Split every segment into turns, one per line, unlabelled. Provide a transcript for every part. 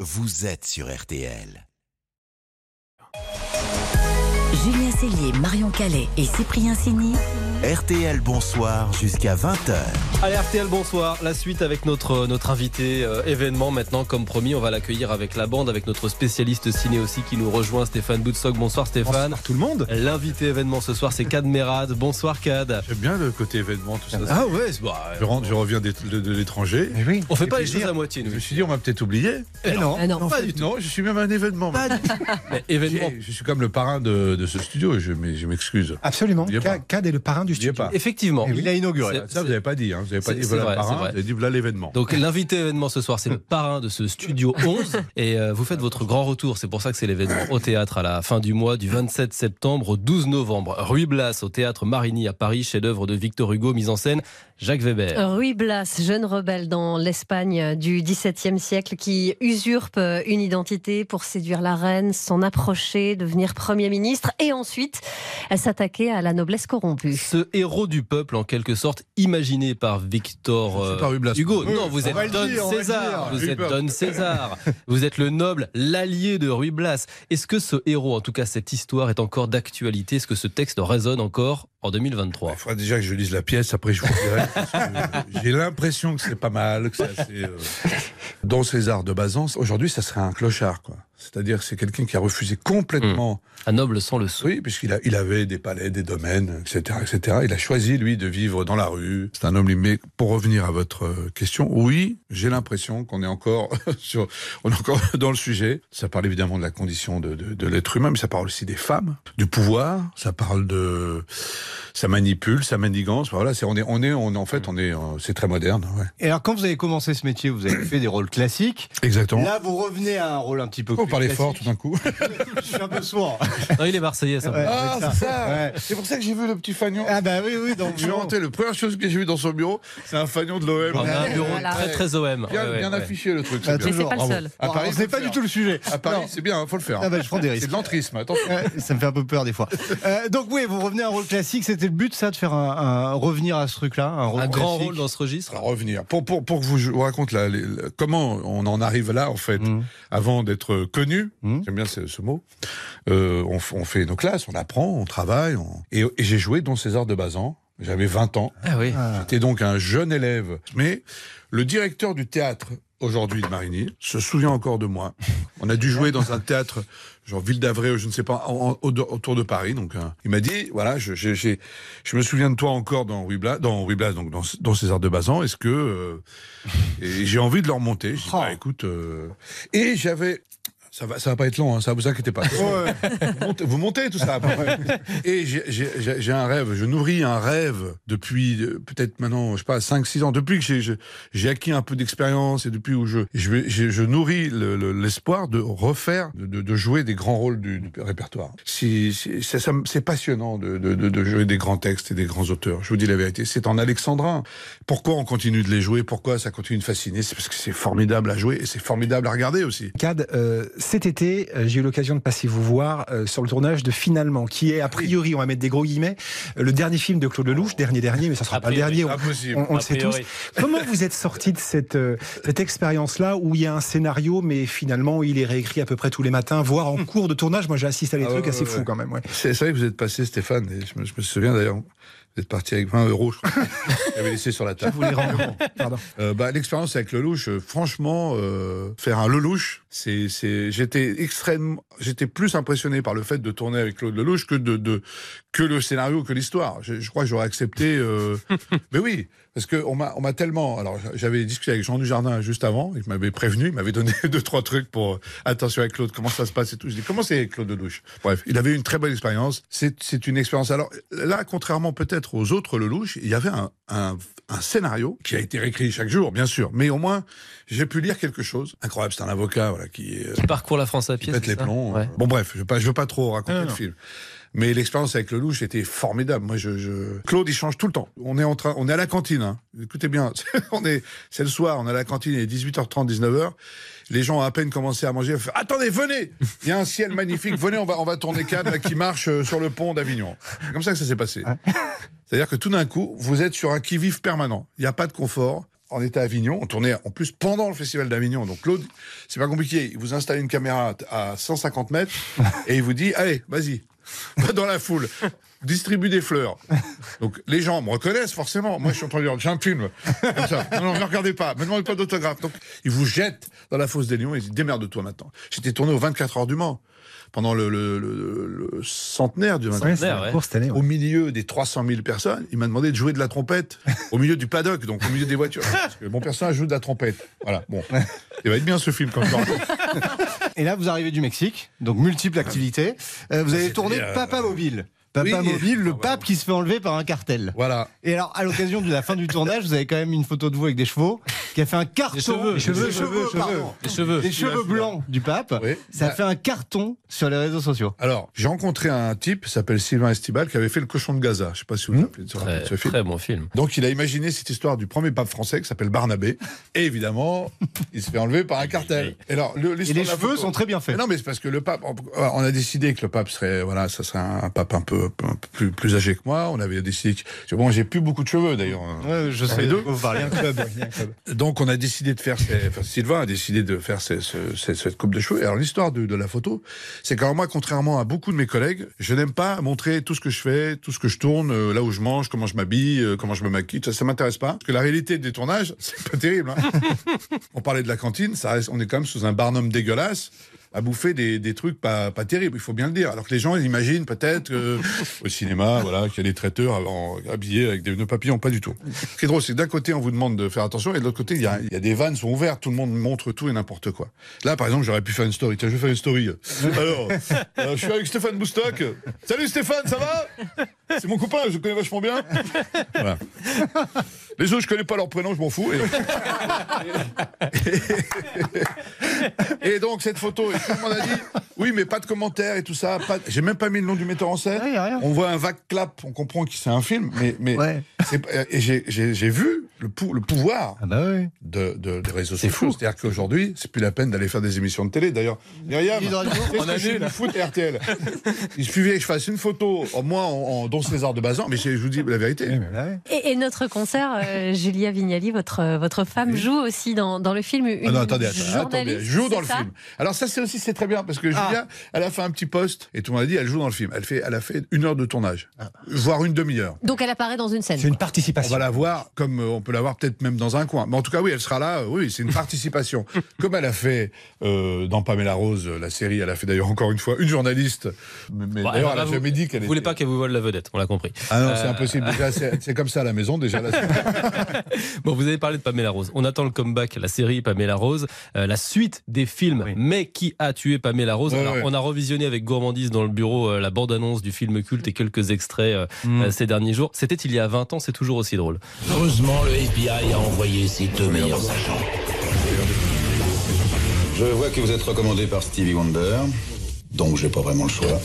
vous êtes sur RTL.
Julien Cellier, Marion Calais et Cyprien Sini.
RTL Bonsoir jusqu'à 20h.
Allez RTL bonsoir, la suite avec notre, notre invité euh, événement maintenant comme promis on va l'accueillir avec la bande, avec notre spécialiste ciné aussi qui nous rejoint Stéphane Boutsog, bonsoir Stéphane.
Bonsoir tout le monde.
L'invité événement ce soir c'est Cad Merad, bonsoir Cad.
J'aime bien le côté événement, tout ça.
Ah ouais, c'est- bah,
Je, rentre, je reviens d'é- de, de l'étranger.
Mais Eh oui.
on fait pas
fait
les choses
plaisir.
à moitié
Je
nous.
me suis dit, on m'a peut-être oublié.
Eh non,
Ah non.
pas du tout. Non, je suis même un événement.
Mais événement.
J'ai- Je suis comme le parrain de, de ce studio, je, m'ex- je m'excuse.
Absolument.
N'oubliez pas.
Ca- Cad est le parrain du
N'oubliez
studio.
pas.
Effectivement.
Eh oui.
Il a inauguré.
C'est-
Ça, vous n'avez pas dit. Hein. Vous n'avez
c'est-
pas dit,
c'est
voilà
vrai,
le
c'est
parrain. Vous
vrai.
avez dit, voilà l'événement.
Donc l'invité événement ce soir, c'est le parrain de ce studio 11 et euh, vous faites votre grand retour, c'est pour ça que c'est l'événement au théâtre à la fin du mois du 27 septembre au 12 novembre. Rue Blas au théâtre Marigny à Paris, chef-d'œuvre de Victor Hugo, mise en scène Jacques Weber.
Ruy Blas, jeune rebelle dans l'Espagne du XVIIe siècle qui usurpe euh, une identité pour séduire la reine, s'en approcher, devenir Premier ministre et ensuite euh, s'attaquer à la noblesse corrompue.
Ce héros du peuple, en quelque sorte, imaginé par Victor
Je suis
euh,
pas Rue Blas.
Hugo.
Oui,
Non, vous
on va
êtes
le
Don
dire, on va le
César.
dire.
Vous
J'ai
êtes
peur.
Don César. Vous êtes le noble, l'allié de Ruy Blas. Est-ce que ce héros, en tout cas cette histoire, est encore d'actualité Est-ce que ce texte résonne encore en
Il
2023
faudra déjà que je lise la pièce, après je vous dirai. parce que J'ai l'impression que c'est pas mal, que c'est assez. euh, Dans César de Bazan, aujourd'hui, ça serait un clochard, quoi. C'est-à-dire que c'est quelqu'un qui a refusé complètement
Un noble sans le sou.
Oui, puisqu'il a- il avait des palais, des domaines, etc., etc. Il a choisi, lui, de vivre dans la rue. C'est un homme libre. Mais pour revenir à votre euh, question, oui, j'ai l'impression qu'on est encore sur, on est encore dans le sujet. Ça parle évidemment de la condition de, de- de l'être humain, mais ça parle aussi des femmes, du pouvoir. Ça parle de, ça manipule, sa manigance. Voilà, c'est, on est, on est, on, en fait, on est, euh, c'est très moderne. ouais.
Et alors, quand vous avez commencé ce métier, vous avez fait des rôles classiques.
Exactement.
Là, vous revenez à un rôle un petit peu.
on
plus
parlait fort
classique.
tout d'un coup.
Je suis un peu sourd.
Non, il est marseillais, ça.
Ouais.
Ah,
c'est ça.
c'est ça.
Ouais.
C'est pour ça que j'ai vu le petit fagnon.
Ah bah oui, oui, donc
Je suis rentré, la première chose que j'ai vue dans son bureau, c'est un fagnon de l'OM.
On a un bureau
Voilà.
très très OM.
Bien,
Ouais, ouais,
bien
ouais.
affiché le truc.
Mais
bien.
c'est pas le
Bravo.
seul.
À Paris,
c'est pas du tout le sujet.
À Paris,
Bah, Non.
c'est bien, hein, faut le faire.
Ah bah, je prends des risques.
c'est de l'entrisme, attention.
Ouais, ça me fait un peu peur des fois. Euh, donc oui, vous revenez à un rôle classique. C'était le but, ça, de faire un, un- revenir à ce truc-là, un, rôle
Un grand
classique.
rôle dans ce registre.
Alors, revenir. Pour, pour, pour que vous je vous raconte la- les- la- comment on en arrive là, en fait,
Mhm.
avant d'être connu,
Mhm.
j'aime bien ce, ce mot, euh, on, f- on fait nos classes, on apprend, on travaille. on- Et, et j'ai joué Don César de Bazan, j'avais 20 ans.
Ah oui.
Ah.
J'étais donc un jeune élève. Mais le directeur du théâtre aujourd'hui de Marigny se souvient encore de moi. On a dû jouer dans un théâtre, genre Ville d'Avray, ou je ne sais pas, en- en- au- autour de Paris. Donc, hein. il m'a dit, voilà, je, j'ai- j'ai- je me souviens de toi encore dans Rue Blas, dans, Rue Blas, donc dans, dans César de Bazan. Est-ce que euh, et j'ai envie de leur monter Je dis,
Oh.
bah, écoute, euh, et j'avais. Ça va, ça va pas être long, hein, ça vous inquiétez pas. Vous montez, vous montez tout ça après. Et j'ai- j'ai j'ai- j'ai un rêve, je nourris un rêve depuis euh, peut-être maintenant, je sais pas, 5-6 ans, depuis que j'ai- je- j'ai acquis un peu d'expérience et depuis où je, je, vais- je, je nourris le- le- l'espoir de refaire, de, de- de jouer des grands rôles du, du répertoire. C'est- C'est ça- ça me- c'est passionnant de, de- de- de jouer des grands textes et des grands auteurs, je vous dis la vérité. C'est en alexandrin. Pourquoi on continue de les jouer Pourquoi ça continue de fasciner C'est parce que c'est formidable à jouer et c'est formidable à regarder aussi.
Cad, euh, cet été, euh, j'ai eu l'occasion de passer vous voir euh, sur le tournage de Finalement, qui est a priori, on va mettre des gros guillemets, euh, le dernier film de Claude Lelouch, dernier dernier, mais ça sera
A
pas le
priori,
dernier. on-
Impossible.
On, on le
A
sait tous.
priori.
Comment vous êtes sorti de cette, euh, cette expérience-là où il y a un scénario, mais finalement il est réécrit à peu près tous les matins, voire en cours de tournage Moi j'assiste à des
Ah
trucs
ouais,
assez
ouais,
fous
ouais.
quand même. ouais.
C'est c'est vrai que vous êtes passé, Stéphane, et je me, je me souviens d'ailleurs, vous êtes parti avec 20 euros, je crois. J'avais laissé sur la table.
Pardon.
Euh, bah, L'expérience avec Lelouch, euh, franchement, euh, faire un Lelouch, c'est- c'est- j'étais extrêmement. J'étais plus impressionné par le fait de tourner avec Claude Lelouch que, de, de- que le scénario, que l'histoire. Je, je crois que j'aurais accepté. euh, mais oui, parce qu'on m'a on m'a tellement. Alors, j'avais discuté avec Jean Dujardin juste avant, il m'avait prévenu, il m'avait donné deux, trois trucs pour. euh, Attention avec Claude, comment ça se passe et tout. Je dis, comment c'est avec Claude Lelouch Bref, il avait une très belle expérience. C'est c'est une expérience. Alors, là, contrairement peut-être aux autres Lelouch, il y avait un- un un scénario qui a été réécrit chaque jour, bien sûr, mais au moins j'ai pu lire quelque chose. Incroyable, c'est un avocat voilà, qui, euh,
Qui parcourt la France à
qui
pied.
pète
c'est
les
ça
plombs. hein. euh,
Ouais.
Bon bref, je ne veux pas trop raconter
Non,
le
non.
film. Mais l'expérience avec Lelouch était formidable. Moi, je, je- Claude, il change tout le temps. On est en train, on est à la cantine. hein. Écoutez bien, on est, c'est le soir, on est à la cantine, il est 18h30, 19h. Les gens ont à peine commencé à manger. ils font, Attendez, venez Il y a un ciel magnifique. Venez, on va, on va tourner câble là, qui marche euh, sur le pont d'Avignon. C'est comme ça que ça s'est passé. C'est-à-dire que tout d'un coup, vous êtes sur un qui-vive permanent. Il n'y a pas de confort. on était à Avignon, on tournait en plus pendant le festival d'Avignon. Donc Claude, c'est pas compliqué, il vous installe une caméra à 150 mètres et il vous dit allez, vas-y, va dans la foule. Distribue des fleurs. Donc les gens me reconnaissent forcément. Moi je suis en train de dire j'ai un film comme ça. Non, non, ne regardez pas. Maintenant demandez pas d'autographe. Donc ils vous jettent dans la fosse des lions et ils disent démerde-toi maintenant. J'étais tourné aux 24 heures du Mans pendant le, le- le- le centenaire du 24
Ouais,
heures.
c'est la
ouais.
course cette année. ouais.
Au milieu des 300 000 personnes, il m'a demandé de jouer de la trompette au milieu du paddock, donc au milieu des voitures. Parce que mon personnage joue de la trompette. Voilà, bon. Il va être bien ce film quand même.
Et là, vous arrivez du Mexique, donc multiples activités. Euh, vous avez
C'était,
tourné
euh,
Papa Mobile. Papa
oui.
Mobile,
Ah
le
bah,
pape qui se fait enlever par un cartel.
Voilà.
Et alors, à l'occasion de la fin du tournage, vous avez quand même une photo de vous avec des chevaux qui a fait un carton.
cheveux,
des
cheveux,
des
cheveux,
pardon.
Les cheveux.
Des cheveux blancs du pape.
Oui.
Ça a
Bah.
fait un carton sur les réseaux sociaux.
Alors, j'ai rencontré un type, il s'appelle Sylvain Estibal, qui avait fait Le Cochon de Gaza. Je sais pas si vous vous rappelez de ce-
Hmm. Très,
de ce film.
très bon film.
Donc, il a imaginé cette histoire du premier pape français qui s'appelle Barnabé. Et évidemment, il se fait enlever par un cartel. Et, alors, le-
Et
l'histoire
les
de la
cheveux
photo-
sont très bien faits.
Mais non, mais c'est parce que le pape, on on a décidé que le pape serait, voilà, ça serait un pape un peu, un peu plus, plus âgé que moi. On avait décidé que, bon, j'ai plus beaucoup de cheveux d'ailleurs.
Ouais, je sais.
les deux.
Vous parlez.
Donc, on a décidé de faire, ces- enfin, Sylvain a décidé de faire ces- ce- ce- cette coupe de cheveux. Et Alors, l'histoire de, de la photo, c'est qu'alors moi, contrairement à beaucoup de mes collègues, je n'aime pas montrer tout ce que je fais, tout ce que je tourne, euh, là où je mange, comment je m'habille, euh, comment je me maquille. Ça, ça m'intéresse pas. Parce que la réalité des tournages, c'est pas terrible. hein. on parlait de la cantine, ça reste- on est quand même sous un barnum dégueulasse à bouffer des, des trucs pas, pas terribles, il faut bien le dire. Alors que les gens, ils imaginent peut-être euh, au cinéma, voilà, qu'il y a des traiteurs en- habillés avec des nœuds papillons, pas du tout. Ce qui est drôle, c'est que d'un côté, on vous demande de faire attention, et de l'autre côté, il y, a, il y a des vannes sont ouvertes, tout le monde montre tout et n'importe quoi. Là, par exemple, j'aurais pu faire une story. Tiens, je vais faire une story. Alors, euh, je suis avec Stéphane Boustock. Salut Stéphane, ça va C'est mon copain, je le connais vachement bien. Voilà. Les autres, je connais pas leur prénom, je m'en fous. Et- Et donc cette photo, et tout le monde a dit oui, mais pas de commentaires et tout ça. Pas... J'ai même pas mis le nom du metteur en scène.
Ouais, y a rien.
On voit un vague clap, on comprend que c'est un film, mais mais
Ouais.
c'est- et j'ai- j'ai j'ai vu le, pou- le pouvoir
Ah bah oui.
de, de- des réseaux sociaux. C'est-à-dire qu'aujourd'hui, c'est plus la peine d'aller faire des émissions de télé. D'ailleurs, Myriam,
Il est dans le jour,
qu'est-ce
on
que je suis
annule.
du foot et RTL. Il suffit que je fasse une photo, moi, en, en Don César de Bazan, mais je vous dis la vérité.
Et, et notre concert, euh, Julia Vignali, votre, euh, votre femme, joue aussi dans, dans le film. Une
Ah non, attendez, attendez, attendez,
journaliste,
elle joue dans
c'est
le
ça
film. Alors ça, c'est aussi, c'est très bien, parce que
Ah.
Julia, elle a fait un petit poste, et tout le monde a dit, elle joue dans le film. Elle, fait, elle a fait une heure de tournage,
Ah.
voire une demi-heure.
Donc elle apparaît dans une scène.
C'est une
On
participation.
va la voir comme euh, on peut la voir peut-être même dans un coin. Mais en tout cas, oui, elle sera là. euh, Oui, c'est une participation. comme elle a fait euh, dans Pamela Rose, euh, la série, elle a fait d'ailleurs encore une fois une journaliste. Mais, mais
Bon, alors
d'ailleurs, elle
là,
a jamais
vous,
dit qu'elle
Vous voulez
était-
pas qu'elle vous vole la vedette, on l'a compris.
Ah non, c'est
Euh,
impossible. Déjà, C'est c'est comme ça à la maison, déjà. Là, c'est-
Bon, vous avez parlé de Pamela Rose. On attend le comeback, la série Pamela Rose, euh, la suite des films Mais qui a tué Pamela Rose
Ouais,
Alors,
ouais.
On a revisionné avec Gourmandise dans le bureau euh, la bande-annonce du film culte et quelques extraits euh,
Mm.
euh, ces derniers jours. C'était il y a 20 ans, c'est toujours aussi drôle.
Heureusement, le FBI a envoyé ses deux meilleurs agents.
Je vois que vous êtes recommandé par Stevie Wonder, donc j'ai pas vraiment le choix.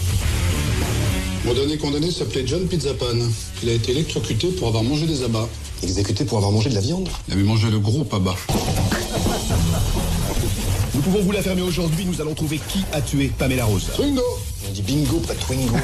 Mon dernier condamné s'appelait John Pizzapan. Il a été électrocuté pour avoir mangé des abats.
Exécuté pour avoir mangé de la viande
Il avait mangé de gros abats.
Nous pouvons vous la fermer aujourd'hui. Nous allons trouver qui a tué Pamela Rose.
Bingo
On dit bingo, pas twingo.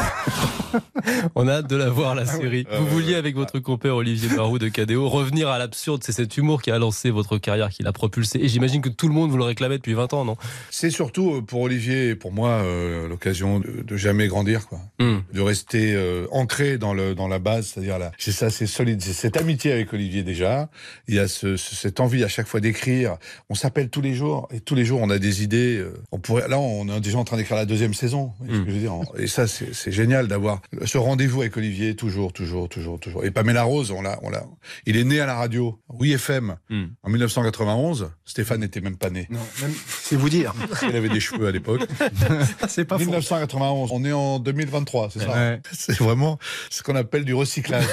On a hâte de la voir, la série. Vous vouliez, avec votre compère Olivier Barou de KDO, revenir à l'absurde. C'est cet humour qui a lancé votre carrière, qui l'a propulsé. Et j'imagine que tout le monde vous le réclamait depuis 20 ans, non
C'est surtout euh, pour Olivier et pour moi euh, l'occasion de, de jamais grandir, quoi.
Hmm.
de rester euh, ancré dans, le, dans la base, c'est-à-dire là, c'est ça, c'est solide, c'est cette amitié avec Olivier déjà, il y a ce- ce- cette envie à chaque fois d'écrire, on s'appelle tous les jours, et tous les jours on a des idées, euh, on pourrait, là on est déjà en train d'écrire la deuxième saison, vous voyez ce que je veux dire. et ça c'est c'est génial d'avoir ce rendez-vous avec Olivier, toujours, toujours, toujours, toujours. Et Pamela Rose, on l'a, on l'a, il est né à la radio, oui FM,
Mm.
en 1991, Stéphane n'était même pas né,
C'est vous dire.
il avait des cheveux à l'époque.
C'est pas faux.
1991, on est en 2023, c'est ça hein
Ouais.
C'est vraiment ce qu'on appelle du recyclage.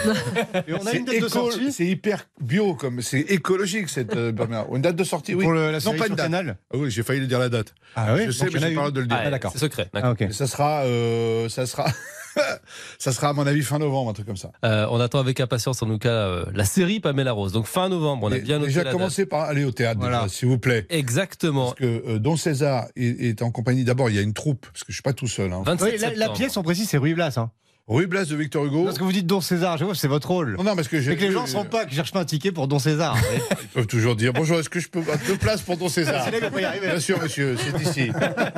Et on a
C'est
une date de
éco-
sortie
C'est hyper bio, comme c'est écologique cette euh, Bernard. Une date de sortie, oui.
pour le- la
non,
série
pas
sur
une date.
Canal.
Ah oui, j'ai failli le dire la date.
Ah oui.
je sais,
donc
mais
il y en a
j'ai pas le droit
une.
de le dire.
Ah,
d'accord.
C'est secret. d'accord.
Ah ok.
Mais ça sera, euh, ça sera, ça sera à mon avis fin novembre, un truc comme ça.
Euh, on attend avec impatience, en tout cas, euh, la série Pamela Rose. Donc fin novembre, on a
Et
bien noté
déjà
la date.
commencé par aller au théâtre,
Voilà.
déjà, s'il vous plaît.
Exactement.
Parce que euh, Don César est, est en compagnie. D'abord, il y a une troupe, parce que je suis pas tout seul. hein.
27
Oui, la, la
septembre.
pièce, on précise, c'est Ruy Blas. hein.
Rue Blas de Victor Hugo.
Parce que vous dites Don César, je vois, c'est votre rôle.
Non, non, parce que j'ai euh,
C'est que les
lu-
gens ne sont pas, qui cherchent pas un ticket pour Don César.
Ils peuvent toujours dire bonjour, est-ce que je peux deux places pour ton César
C'est là qu'on peut y arriver.
Bien sûr, monsieur, c'est ici.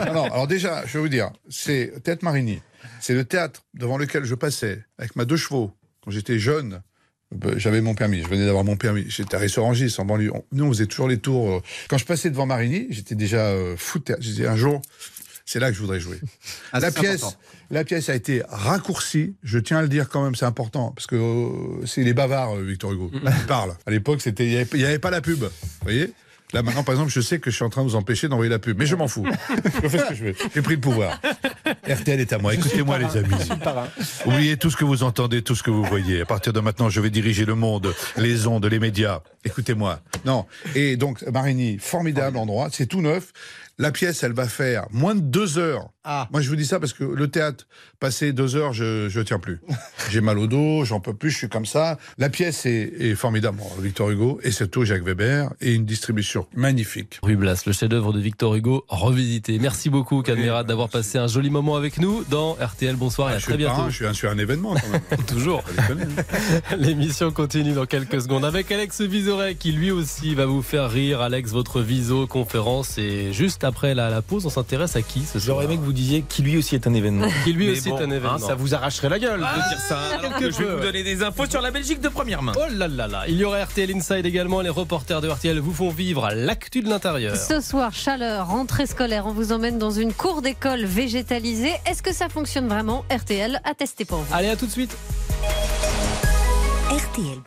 Non, non, alors déjà, je vais vous dire, c'est Théâtre Marigny. C'est le théâtre devant lequel je passais avec ma deux chevaux quand j'étais jeune. ben, J'avais mon permis, je venais d'avoir mon permis. J'étais à Ressorangis, en banlieue. On- Nous, on faisait toujours les tours. euh. Quand je passais devant Marigny, j'étais déjà euh, fou de théâtre. J'ai dit un jour, c'est là que je voudrais jouer.
Ah,
la
c'est
pièce,
important.
la pièce a été raccourcie. Je tiens à le dire quand même, c'est important parce que euh, c'est les bavards, euh, Victor Hugo,
Mm.
qui parlent. À l'époque, c'était, il n'y avait, il y avait pas la pub. Vous voyez. Là maintenant, par exemple, je sais que je suis en train de vous empêcher d'envoyer la pub, mais je m'en fous. je fais ce que je veux. J'ai pris le pouvoir. RTL est à moi. Écoutez-moi, les amis. Oubliez tout ce que vous entendez, tout ce que vous voyez. À partir de maintenant, je vais diriger le monde, les ondes, les médias. Écoutez-moi. Non. Et donc, Marigny, formidable endroit. C'est tout neuf. La pièce, elle va faire moins de deux heures.
Ah.
Moi, je vous dis ça parce que le théâtre, passé deux heures, je je tiens plus. J'ai mal au dos, j'en peux plus, je suis comme ça. La pièce est, est formidable. Bon, Victor Hugo et surtout Jacques Weber et une distribution magnifique.
Rue Blas, le chef-d'œuvre de Victor Hugo, revisité. Merci beaucoup, Cadmérat, d'avoir passé un joli moment avec nous dans RTL. Bonsoir et à
Ah, je, suis
très
le
bientôt.
parrain, je suis un- je suis un événement quand même.
Toujours.
Faut déconner, hein.
L'émission continue dans quelques secondes avec Alex Visorek qui lui aussi va vous faire rire. Alex, votre viso conférence et juste après la, la pause, on s'intéresse à qui ce soir
J'aurais aimé que vous disiez qui lui aussi est un événement.
Qui lui
Mais
aussi
bon,
est
hein,
un événement. Ah,
ça vous arracherait la gueule de dire ça. alors que je vais vous donner des infos sur la Belgique de première main.
Oh là là là, il y aura RTL Inside également, les reporters de RTL vous font vivre l'actu de l'intérieur.
Ce soir, chaleur, rentrée scolaire, on vous emmène dans une cour d'école végétalisée. Est-ce que ça fonctionne vraiment RTL a testé pour vous.
Allez, à tout de suite
RTL.